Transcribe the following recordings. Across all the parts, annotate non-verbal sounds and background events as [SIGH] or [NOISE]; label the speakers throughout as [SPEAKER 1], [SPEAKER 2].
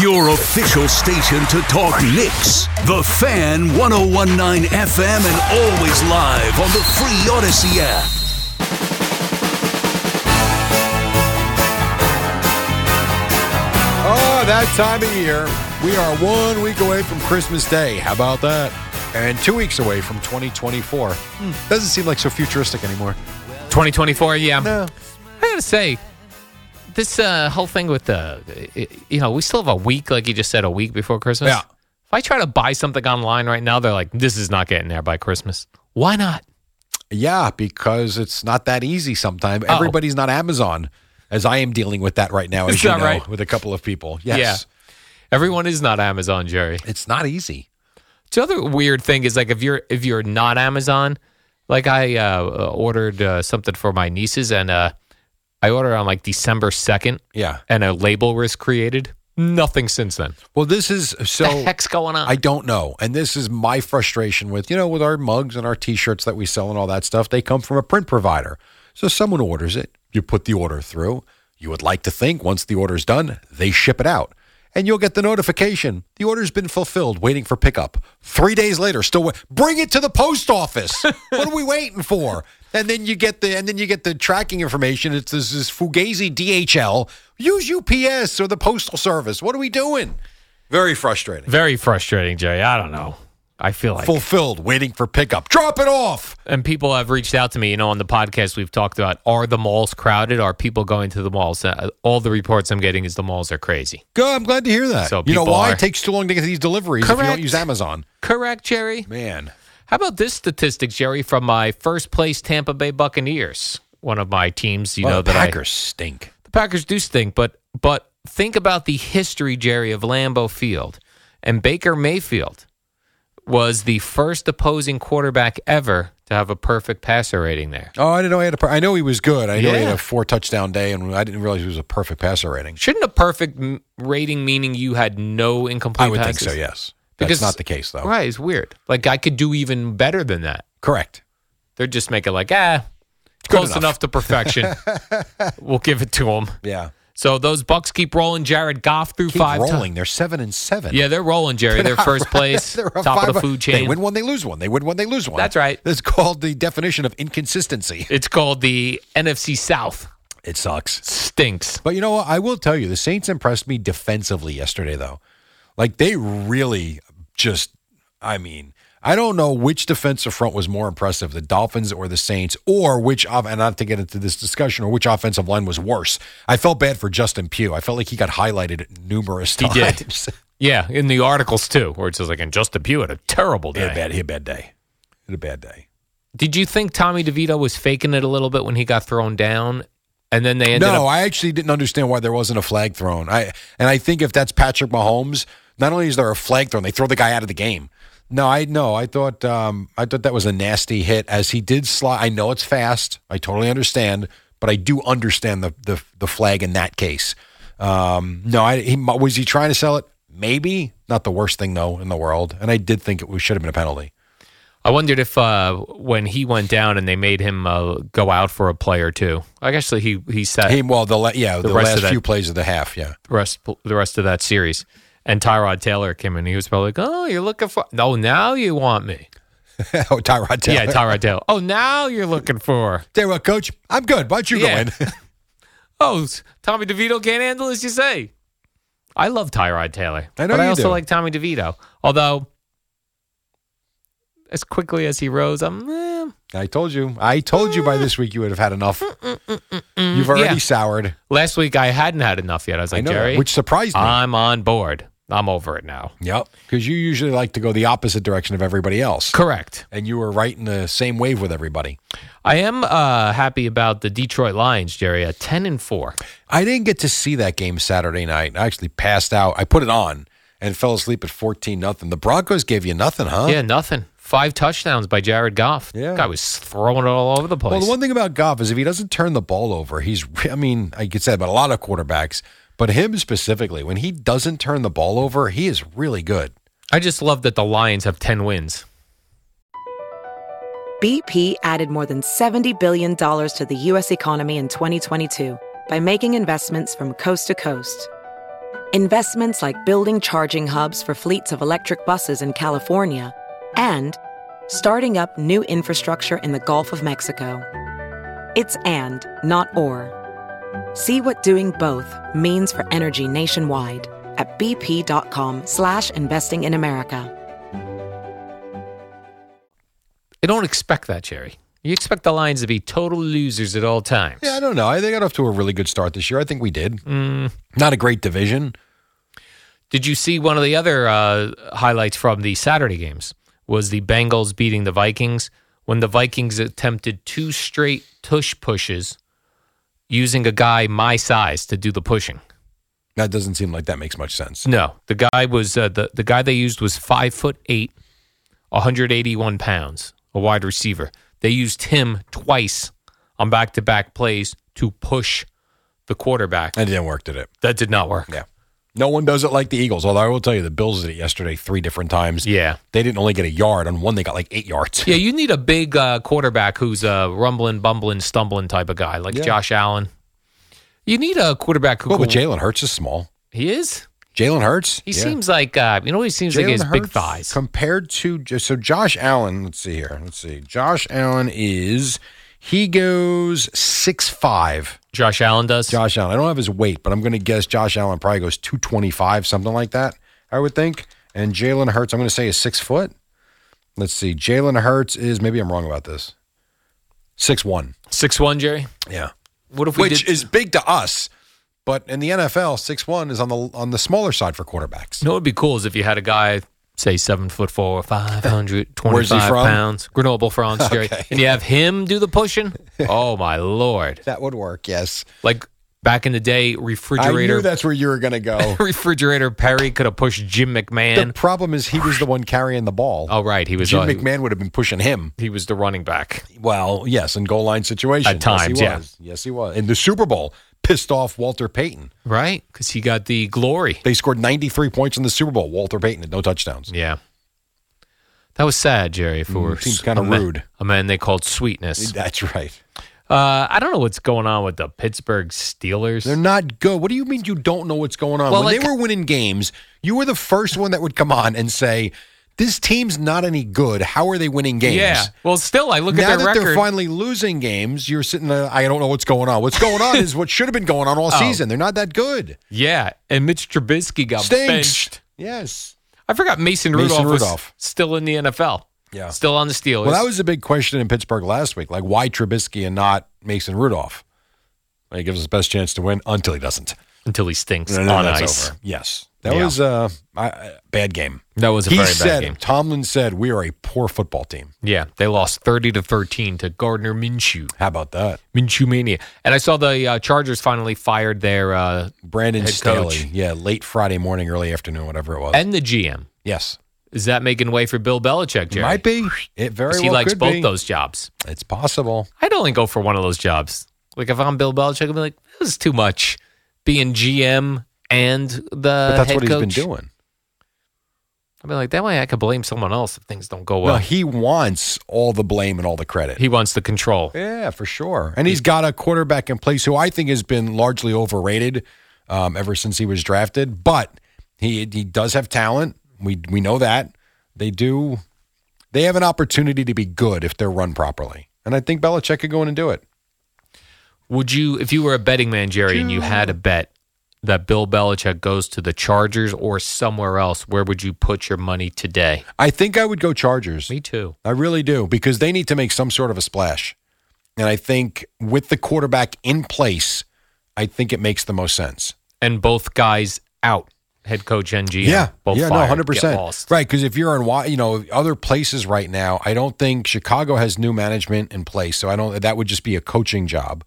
[SPEAKER 1] Your official station to talk Knicks. The Fan 1019 FM and always live on the free Odyssey app.
[SPEAKER 2] Oh, that time of year. We are one week away from Christmas Day. How about that? And two weeks away from 2024. Doesn't seem like so futuristic anymore.
[SPEAKER 3] 2024. Yeah,
[SPEAKER 2] No.
[SPEAKER 3] I gotta say, this uh, whole thing with the, i- i- you know, we still have a week, like you just said, a week before Christmas.
[SPEAKER 2] Yeah.
[SPEAKER 3] If I try to buy something online right now, they're like, "This is not getting there by Christmas." Why not?
[SPEAKER 2] Yeah, because it's not that easy sometimes.
[SPEAKER 3] Oh.
[SPEAKER 2] Everybody's not Amazon, as I am dealing with that right now, as
[SPEAKER 3] Is
[SPEAKER 2] you
[SPEAKER 3] that
[SPEAKER 2] know,
[SPEAKER 3] right?
[SPEAKER 2] with a couple of people. Yes.
[SPEAKER 3] Everyone is not Amazon, Jerry.
[SPEAKER 2] It's not easy.
[SPEAKER 3] The other weird thing is like if you're if you're not Amazon, like I uh, ordered uh, something for my nieces and uh, I ordered on like December second,
[SPEAKER 2] Yeah.
[SPEAKER 3] and a label was created. Nothing since then.
[SPEAKER 2] Well, this is so.
[SPEAKER 3] the heck's going on?
[SPEAKER 2] I don't know. And this is my frustration with, you know, with our mugs and our t shirts that we sell and all that stuff. They come from a print provider. So someone orders it, you put the order through. You would like to think once the order's done, they ship it out. And you'll get the notification. The order's been fulfilled, waiting for pickup. Three days later, still wait. Bring it to the post office. what are we waiting for? And then you get the and then you get the tracking information. It's this is Fugazi DHL. Use UPS or the postal service. What are we doing? Very frustrating
[SPEAKER 3] Very frustrating, Jerry. I don't know. I feel like
[SPEAKER 2] fulfilled, waiting for pickup. Drop it off.
[SPEAKER 3] and people have reached out to me. You know, on the podcast we've talked about are the malls crowded? Are people going to the malls? Uh, all the reports I'm getting is the malls are crazy.
[SPEAKER 2] Good. I'm glad to hear that.
[SPEAKER 3] So
[SPEAKER 2] you know
[SPEAKER 3] people
[SPEAKER 2] why
[SPEAKER 3] are-
[SPEAKER 2] it takes too long to get these deliveries if you
[SPEAKER 3] Correct.
[SPEAKER 2] don't use Amazon.
[SPEAKER 3] Correct, Jerry.
[SPEAKER 2] Man,
[SPEAKER 3] How about this statistic, Jerry, from my first place Tampa Bay Buccaneers, one of my teams? You
[SPEAKER 2] Well,
[SPEAKER 3] know
[SPEAKER 2] the
[SPEAKER 3] that I-
[SPEAKER 2] Packers stink.
[SPEAKER 3] the Packers do stink, but but think about the history, Jerry, of Lambeau Field and Baker Mayfield was the first opposing quarterback ever to have a perfect passer rating there.
[SPEAKER 2] Oh, I didn't know he had a. Per- I know he was good. I know he had
[SPEAKER 3] Yeah.
[SPEAKER 2] a four touchdown day, and I didn't realize he was a perfect passer rating.
[SPEAKER 3] Shouldn't a perfect m- rating meaning you had no incomplete?
[SPEAKER 2] I would think
[SPEAKER 3] passes?
[SPEAKER 2] so. Yes, that's not the case though.
[SPEAKER 3] Right? It's weird. Like I could do even better than that.
[SPEAKER 2] Correct.
[SPEAKER 3] They're just making like ah,
[SPEAKER 2] Good
[SPEAKER 3] close
[SPEAKER 2] enough.
[SPEAKER 3] enough.
[SPEAKER 2] [LAUGHS]
[SPEAKER 3] to perfection. we'll give it to them.
[SPEAKER 2] Yeah.
[SPEAKER 3] So those Bucks keep rolling. Jared Goff through
[SPEAKER 2] Keep
[SPEAKER 3] five times.
[SPEAKER 2] rolling. They're seven and seven. [LAUGHS]
[SPEAKER 3] Yeah, they're rolling, Jerry. They're first place,
[SPEAKER 2] They're a
[SPEAKER 3] top of the
[SPEAKER 2] five-
[SPEAKER 3] food chain.
[SPEAKER 2] They win one, they lose one. They win one, they lose one.
[SPEAKER 3] That's right.
[SPEAKER 2] That's called the definition of inconsistency.
[SPEAKER 3] It's called the NFC South.
[SPEAKER 2] It sucks.
[SPEAKER 3] Stinks.
[SPEAKER 2] But you know what? I will tell you, the Saints impressed me defensively yesterday, though. Like they really just, I mean, I don't know which defensive front was more impressive, the Dolphins or the Saints, or which, of- and not to get into this discussion, or which offensive line was worse. I felt bad for Justin Pugh. I felt like he got highlighted numerous
[SPEAKER 3] He
[SPEAKER 2] times. [LAUGHS]
[SPEAKER 3] did. Yeah, in the articles too, where it says like, and Justin Pugh had a terrible
[SPEAKER 2] He had
[SPEAKER 3] day.
[SPEAKER 2] a bad, he had a bad day. He had a bad day.
[SPEAKER 3] Did you think Tommy DeVito was faking it a little bit when he got thrown down, and then they ended
[SPEAKER 2] no,
[SPEAKER 3] up?
[SPEAKER 2] I actually didn't understand why there wasn't a flag thrown. I and I think if that's Patrick Mahomes, not only is there a flag thrown, they throw the guy out of the game. No, I no, I thought um, I thought that was a nasty hit as he did slide. I know it's fast. I totally understand, but I do understand the the, the flag in that case. Um, no, I, he was he trying to sell it? Maybe not the worst thing though in the world, and I did think it was- should have been a penalty.
[SPEAKER 3] I wondered if uh, when he went down and they made him uh, go out for a play or two. I guess he he sat
[SPEAKER 2] He- well, the la- yeah, the,
[SPEAKER 3] the rest
[SPEAKER 2] last
[SPEAKER 3] of that-
[SPEAKER 2] few plays of the half, yeah, [LAUGHS]
[SPEAKER 3] the rest the rest of that series. And Tyrod Taylor came in. He was probably like, "Oh, you're looking for no. Now you want me?
[SPEAKER 2] oh, Tyrod Taylor.
[SPEAKER 3] Yeah, Tyrod Taylor. Oh, now you're looking for.
[SPEAKER 2] Tell you what, Coach, I'm good. Why don't you
[SPEAKER 3] Yeah.
[SPEAKER 2] go in? [LAUGHS]
[SPEAKER 3] Oh, s- Tommy DeVito can't handle as you say. I love Tyrod Taylor.
[SPEAKER 2] I know
[SPEAKER 3] but I
[SPEAKER 2] you
[SPEAKER 3] also
[SPEAKER 2] do.
[SPEAKER 3] like Tommy DeVito. Although, as quickly as he rose, I'm. Eh,
[SPEAKER 2] I told you. I told you by this week you would have had enough. You've already
[SPEAKER 3] Yeah.
[SPEAKER 2] soured.
[SPEAKER 3] last week I hadn't had enough yet. I was
[SPEAKER 2] I
[SPEAKER 3] like,
[SPEAKER 2] know, that,
[SPEAKER 3] Jerry, Uh.
[SPEAKER 2] which surprised me.
[SPEAKER 3] I'm on board. I'm over it now.
[SPEAKER 2] yep, because you usually like to go the opposite direction of everybody else,
[SPEAKER 3] Correct.
[SPEAKER 2] and you were right in the same wave with everybody.
[SPEAKER 3] I am uh, happy about the Detroit Lions, Jerry. At ten and four.
[SPEAKER 2] I didn't get to see that game Saturday night. I actually passed out. I put it on and fell asleep at fourteen nothing. The Broncos gave you nothing, huh?
[SPEAKER 3] Yeah, nothing. Five touchdowns by Jared Goff.
[SPEAKER 2] Yeah.
[SPEAKER 3] guy was throwing it all over the place.
[SPEAKER 2] Well, the one thing about Goff is if he doesn't turn the ball over, he's, I mean, I could say that about a lot of quarterbacks, but him specifically, when he doesn't turn the ball over, he is really good.
[SPEAKER 3] I just love that the Lions have ten wins.
[SPEAKER 4] BP added more than $70 billion to the U.S. economy in 2022 by making investments from coast to coast. Investments like building charging hubs for fleets of electric buses in California and starting up new infrastructure in the Gulf of Mexico. It's and, not or. See what doing both means for energy nationwide at bp.com slash investing in America.
[SPEAKER 3] They don't expect that, Jerry. You expect the Lions to be total losers at all times.
[SPEAKER 2] Yeah, I don't know. I, they got off to a really good start this year. I think we did.
[SPEAKER 3] Mm.
[SPEAKER 2] Not a great division.
[SPEAKER 3] Did you see one of the other uh, highlights from the Saturday games? Was the Bengals beating the Vikings when the Vikings attempted two straight tush pushes using a guy my size to do the pushing?
[SPEAKER 2] That doesn't seem like that makes much sense.
[SPEAKER 3] No, the guy was uh, the the guy they used was five foot eight, 181 pounds, a wide receiver. They used him twice on back to back plays to push the quarterback.
[SPEAKER 2] And it didn't work, did it?
[SPEAKER 3] That did not work.
[SPEAKER 2] Yeah. No one does it like the Eagles, although I will tell you the Bills did it yesterday three different times.
[SPEAKER 3] Yeah.
[SPEAKER 2] They didn't only get a yard on one, they got like eight yards.
[SPEAKER 3] Yeah, you need a big uh, quarterback who's a rumbling, bumbling, stumbling type of guy, like
[SPEAKER 2] Yeah.
[SPEAKER 3] Josh Allen. You need a quarterback who
[SPEAKER 2] Well,
[SPEAKER 3] can-
[SPEAKER 2] but Jalen Hurts is small.
[SPEAKER 3] he is.
[SPEAKER 2] Jalen Hurts?
[SPEAKER 3] He
[SPEAKER 2] Yeah.
[SPEAKER 3] seems like uh, you know. He seems like he has
[SPEAKER 2] Jalen
[SPEAKER 3] big
[SPEAKER 2] Hurts
[SPEAKER 3] thighs.
[SPEAKER 2] compared to so Josh Allen. Let's see here. Let's see. Josh Allen is he goes six five.
[SPEAKER 3] Josh Allen does.
[SPEAKER 2] Josh Allen. I don't have his weight, but I'm going to guess Josh Allen probably goes two twenty five, something like that. I would think. And Jalen Hurts, I'm going to say is six foot. Let's see. Jalen Hurts is maybe I'm wrong about this. Six one.
[SPEAKER 3] Six one, Jerry.
[SPEAKER 2] Yeah,
[SPEAKER 3] What if we
[SPEAKER 2] which
[SPEAKER 3] did?
[SPEAKER 2] is big to us, but in the NFL, six one is on the on the smaller side for quarterbacks.
[SPEAKER 3] You know what would be cool is if you had a guy, say seven foot four, five hundred
[SPEAKER 2] Where's he
[SPEAKER 3] twenty-five
[SPEAKER 2] from?
[SPEAKER 3] pounds, Grenoble, France, Jerry, and you have him do the
[SPEAKER 2] [LAUGHS]
[SPEAKER 3] pushing. Oh my lord!
[SPEAKER 2] That would work. Yes,
[SPEAKER 3] Like back in the day,
[SPEAKER 2] I knew
[SPEAKER 3] refrigerator
[SPEAKER 2] that's where you were going to go.
[SPEAKER 3] [LAUGHS] refrigerator Perry could have pushed Jim
[SPEAKER 2] The
[SPEAKER 3] McMahon.
[SPEAKER 2] problem is he was the one carrying the ball.
[SPEAKER 3] oh right, he was
[SPEAKER 2] Jim
[SPEAKER 3] uh,
[SPEAKER 2] McMahon would have been pushing him.
[SPEAKER 3] He was the running back.
[SPEAKER 2] Well, yes, in goal line situation.
[SPEAKER 3] At
[SPEAKER 2] yes,
[SPEAKER 3] times,
[SPEAKER 2] he
[SPEAKER 3] yeah.
[SPEAKER 2] was. Yes, he was. In the Super Bowl, pissed off Walter Payton.
[SPEAKER 3] Right? Because he got the glory.
[SPEAKER 2] They scored 93 points in the Super Bowl. Walter Payton had no touchdowns.
[SPEAKER 3] Yeah. That was sad, Jerry, for
[SPEAKER 2] Mm, seems
[SPEAKER 3] s-
[SPEAKER 2] kinda
[SPEAKER 3] a ma-
[SPEAKER 2] rude.
[SPEAKER 3] A man they called Sweetness.
[SPEAKER 2] That's right.
[SPEAKER 3] Uh, I don't know what's going on with the Pittsburgh Steelers.
[SPEAKER 2] They're not good. What do you mean you don't know what's going on?
[SPEAKER 3] Well,
[SPEAKER 2] when they
[SPEAKER 3] like-
[SPEAKER 2] were winning games, you were the first one that would come on and say, this team's not any good. How are they winning games?
[SPEAKER 3] Yeah. Well, still, I look
[SPEAKER 2] now
[SPEAKER 3] at
[SPEAKER 2] that
[SPEAKER 3] their record.
[SPEAKER 2] they're finally losing games, you're sitting there, I don't know what's going on. What's going
[SPEAKER 3] [LAUGHS]
[SPEAKER 2] on is what should have been going on all
[SPEAKER 3] Oh.
[SPEAKER 2] season. They're not that good.
[SPEAKER 3] yeah, and Mitch Trubisky got
[SPEAKER 2] Stinks.
[SPEAKER 3] benched.
[SPEAKER 2] Yes.
[SPEAKER 3] I forgot Mason
[SPEAKER 2] Mason
[SPEAKER 3] Rudolph,
[SPEAKER 2] Rudolph.
[SPEAKER 3] was still in the NFL.
[SPEAKER 2] Yeah.
[SPEAKER 3] Still on the Steelers.
[SPEAKER 2] Well, that was a big question in Pittsburgh last week. Like, why Trubisky and not Mason Rudolph? Well, he gives us best chance to win until he doesn't.
[SPEAKER 3] until he stinks
[SPEAKER 2] And then
[SPEAKER 3] on
[SPEAKER 2] that's
[SPEAKER 3] ice.
[SPEAKER 2] over. Yes. That
[SPEAKER 3] Yeah.
[SPEAKER 2] was uh, I- I- bad game.
[SPEAKER 3] That was a
[SPEAKER 2] he
[SPEAKER 3] very bad
[SPEAKER 2] said,
[SPEAKER 3] game.
[SPEAKER 2] Tomlin said, we are a poor football team.
[SPEAKER 3] Yeah, they lost 30 to 13 to Gardner Minshew.
[SPEAKER 2] How about that?
[SPEAKER 3] Minshew Mania. And I saw the uh, Chargers finally fired their uh,
[SPEAKER 2] Brandon
[SPEAKER 3] Head
[SPEAKER 2] Staley.
[SPEAKER 3] coach.
[SPEAKER 2] Yeah, late Friday morning, early afternoon, whatever it was.
[SPEAKER 3] and the GM.
[SPEAKER 2] yes.
[SPEAKER 3] Is that making way for Bill Belichick, Jerry?
[SPEAKER 2] Might be. It very
[SPEAKER 3] 'Cause
[SPEAKER 2] well
[SPEAKER 3] he likes
[SPEAKER 2] could
[SPEAKER 3] both
[SPEAKER 2] be.
[SPEAKER 3] those jobs.
[SPEAKER 2] It's possible.
[SPEAKER 3] I'd only go for one of those jobs. Like if I'm Bill Belichick, I'd be like, this is too much. Being GM and the
[SPEAKER 2] But that's
[SPEAKER 3] Uh, head
[SPEAKER 2] what he's
[SPEAKER 3] coach.
[SPEAKER 2] been doing.
[SPEAKER 3] I'd be like, that way I could blame someone else if things don't go well.
[SPEAKER 2] Well, he wants all the blame and all the credit.
[SPEAKER 3] he wants the control.
[SPEAKER 2] Yeah, for sure. And he's got a quarterback in place who I think has been largely overrated um, ever since he was drafted. But he he does have talent. We we know that they do. They have an opportunity to be good if they're run properly, and I think Belichick could go in and do it.
[SPEAKER 3] Would you, if you were a betting man, Jerry, and you had a bet that Bill Belichick goes to the Chargers or somewhere else, where would you put your money today?
[SPEAKER 2] I think I would go Chargers.
[SPEAKER 3] Me too.
[SPEAKER 2] I really do because they need to make some sort of a splash, and I think with the quarterback in place, I think it makes the most sense.
[SPEAKER 3] And both guys out, head coach and GM.
[SPEAKER 2] Yeah,
[SPEAKER 3] both
[SPEAKER 2] yeah,
[SPEAKER 3] fired,
[SPEAKER 2] no, hundred
[SPEAKER 3] get
[SPEAKER 2] percent,
[SPEAKER 3] lost.
[SPEAKER 2] right? Because if you're in, Wa- you know, other places right now, I don't think Chicago has new management in place, so I don't. That would just be a coaching job.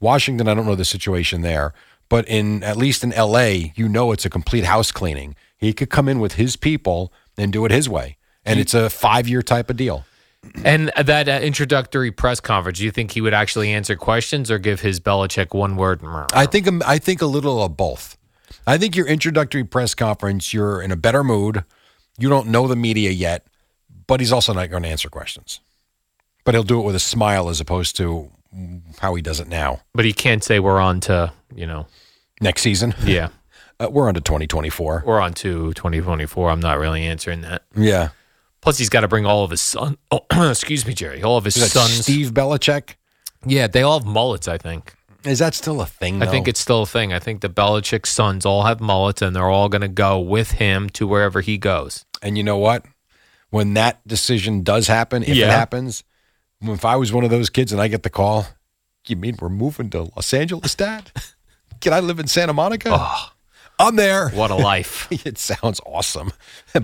[SPEAKER 2] Washington, I don't know the situation there, but in at least in L.A., you know, it's a complete house cleaning. He could come in with his people and do it his way, and it's a five-year type of deal.
[SPEAKER 3] And that uh, introductory press conference, do you think he would actually answer questions or give his Belichick one word?
[SPEAKER 2] I think um, I think a little of both. I think your introductory press conference, you're in a better mood. You don't know the media yet, but he's also not going to answer questions. But he'll do it with a smile as opposed to how he does it now.
[SPEAKER 3] but he can't say we're on to, you know,
[SPEAKER 2] Next season,
[SPEAKER 3] yeah,
[SPEAKER 2] uh, we're on to 2024.
[SPEAKER 3] we're on to 2024. I'm not really answering that.
[SPEAKER 2] Yeah.
[SPEAKER 3] Plus, he's got to bring all of his son. Oh, [CLEARS THROAT] excuse me, Jerry. All of his
[SPEAKER 2] Is that
[SPEAKER 3] sons.
[SPEAKER 2] Steve Belichick?
[SPEAKER 3] Yeah, they all have mullets. I think.
[SPEAKER 2] Is that still a thing?
[SPEAKER 3] I think
[SPEAKER 2] though?
[SPEAKER 3] it's still a thing. I think the Belichick sons all have mullets, and they're all going to go with him to wherever he goes.
[SPEAKER 2] And you know what? When that decision does happen, if
[SPEAKER 3] Yeah.
[SPEAKER 2] it happens, if I was one of those kids and I get the call, you mean we're moving to Los Angeles, Dad? Can I live in Santa Monica? I'm there. [LAUGHS]
[SPEAKER 3] What a life,
[SPEAKER 2] It sounds awesome.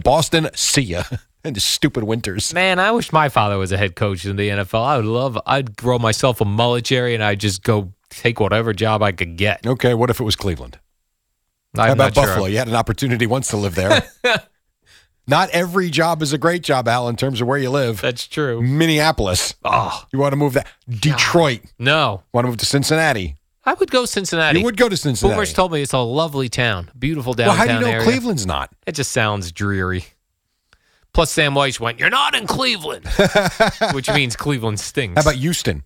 [SPEAKER 2] Boston, see ya. [LAUGHS] And the stupid winters.
[SPEAKER 3] man! I wish my father was a head coach in the NFL. I would love. I'd grow myself a mullet, Jerry, and I'd just go take whatever job I could get.
[SPEAKER 2] Okay, what if it was Cleveland?
[SPEAKER 3] I'm
[SPEAKER 2] How about
[SPEAKER 3] not sure.
[SPEAKER 2] Buffalo? You had an opportunity once to live there.
[SPEAKER 3] [LAUGHS]
[SPEAKER 2] Not every job is a great job, Al, in terms of where you live.
[SPEAKER 3] That's true.
[SPEAKER 2] Minneapolis.
[SPEAKER 3] Oh
[SPEAKER 2] You want to move that? Detroit.
[SPEAKER 3] no,
[SPEAKER 2] Want to move to Cincinnati?
[SPEAKER 3] I would go Cincinnati.
[SPEAKER 2] You would go to Cincinnati.
[SPEAKER 3] Boomers told me it's a lovely town, beautiful
[SPEAKER 2] well,
[SPEAKER 3] downtown
[SPEAKER 2] how do you know
[SPEAKER 3] area.
[SPEAKER 2] Cleveland's not?
[SPEAKER 3] It just sounds dreary. Plus, Sam Weiss went, "You're not
[SPEAKER 2] [LAUGHS]
[SPEAKER 3] in Cleveland," which means Cleveland stinks.
[SPEAKER 2] How about Houston?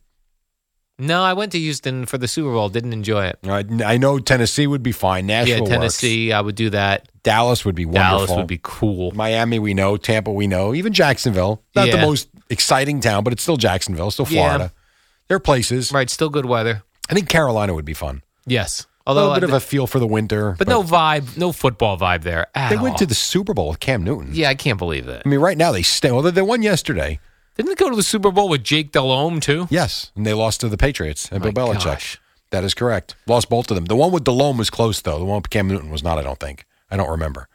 [SPEAKER 3] No, I went to Houston for the Super Bowl. Didn't enjoy it.
[SPEAKER 2] I, I know Tennessee would be fine. Nashville,
[SPEAKER 3] yeah,
[SPEAKER 2] works.
[SPEAKER 3] Tennessee. I would do that.
[SPEAKER 2] Dallas would be wonderful.
[SPEAKER 3] Dallas would be cool.
[SPEAKER 2] Miami, we know. Tampa, we know. Even Jacksonville, not the
[SPEAKER 3] Yeah.
[SPEAKER 2] most exciting town, but it's still Jacksonville, still
[SPEAKER 3] Yeah.
[SPEAKER 2] Florida. There are places.
[SPEAKER 3] right, still good weather.
[SPEAKER 2] I think Carolina would be fun.
[SPEAKER 3] Yes,
[SPEAKER 2] A
[SPEAKER 3] although
[SPEAKER 2] little bit
[SPEAKER 3] I-
[SPEAKER 2] of a feel for the winter,
[SPEAKER 3] but no vibe, no football vibe there. At
[SPEAKER 2] They went
[SPEAKER 3] all.
[SPEAKER 2] to the Super Bowl with Cam Newton.
[SPEAKER 3] Yeah, I can't believe it.
[SPEAKER 2] I mean, right now they stay. Well, they- they won yesterday.
[SPEAKER 3] Didn't they go to the Super Bowl with Jake Delhomme too?
[SPEAKER 2] Yes, and they lost to the Patriots and
[SPEAKER 3] My
[SPEAKER 2] Bill Belichick.
[SPEAKER 3] gosh.
[SPEAKER 2] That is correct. Lost both of them. The one with Delhomme was close though. The one with Cam Newton was not. I don't think. I don't remember.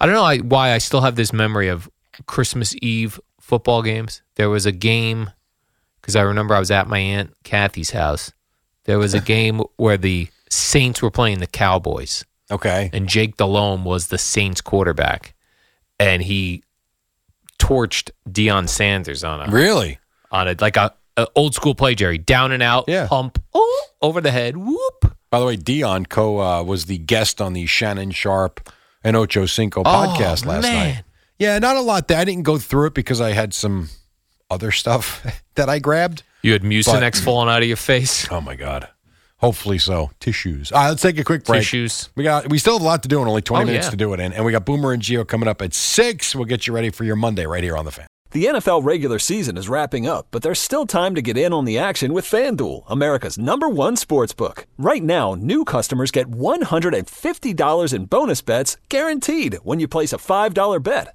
[SPEAKER 3] I don't know I, why I still have this memory of Christmas Eve football games. There was a game because I remember I was at my aunt Kathy's house. There was
[SPEAKER 2] [LAUGHS]
[SPEAKER 3] a game where the Saints were playing the Cowboys,
[SPEAKER 2] Okay.
[SPEAKER 3] and Jake Delhomme was the Saints quarterback, and he torched Deion Sanders on a
[SPEAKER 2] Really?
[SPEAKER 3] on a like a, a old school play, Jerry, down and out,
[SPEAKER 2] Yeah.
[SPEAKER 3] pump, oh, over the head, whoop.
[SPEAKER 2] By the way, Dion Co uh, was the guest on the Shannon Sharp and Ocho Cinco podcast last
[SPEAKER 3] Oh, man.
[SPEAKER 2] night. Yeah, not a lot. That I didn't go through it because I had some other stuff [LAUGHS] that I grabbed.
[SPEAKER 3] You had Mucinex falling out of your face,
[SPEAKER 2] Oh my god. Hopefully so. Tissues. All right, let's take a quick break.
[SPEAKER 3] tissues.
[SPEAKER 2] We got we still have a lot to do and only 20
[SPEAKER 3] Oh,
[SPEAKER 2] minutes
[SPEAKER 3] yeah.
[SPEAKER 2] to do it in. And we got Boomer and Geo coming up at 6. We'll get you ready for your Monday right here on the fan.
[SPEAKER 5] The NFL regular season is wrapping up, but there's still time to get in on the action with FanDuel, America's number one sports book. Right now, new customers get $150 in bonus bets guaranteed when you place a $5 bet.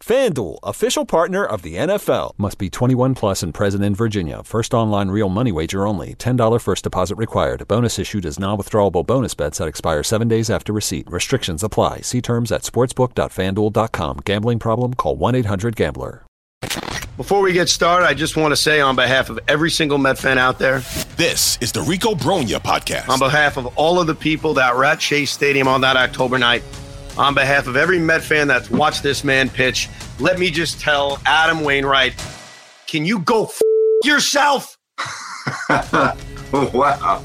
[SPEAKER 5] FanDuel, official partner of the NFL. Must be 21 plus and present in Virginia. First online real money wager only. $10 first deposit required. Bonus issued as non-withdrawable bonus bets that expire seven days after receipt. Restrictions apply. See terms at sportsbook.fanduel.com. Gambling problem? Call 1-800-GAMBLER.
[SPEAKER 6] Before we get started, I just want to say on behalf of every single Met fan out there,
[SPEAKER 7] This is the Rico Bronya podcast.
[SPEAKER 6] on behalf of all of the people that were at Chase Stadium on that October night, on behalf of every Met fan that's watched this man pitch, let me just tell Adam Wainwright, can you go f- yourself?
[SPEAKER 8] [LAUGHS] wow.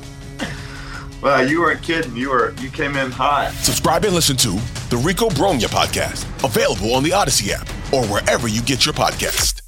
[SPEAKER 8] Wow, you weren't kidding. You were you came in hot.
[SPEAKER 7] Subscribe and listen to the Rico Bronya podcast, available on the Odyssey app or wherever you get your podcast.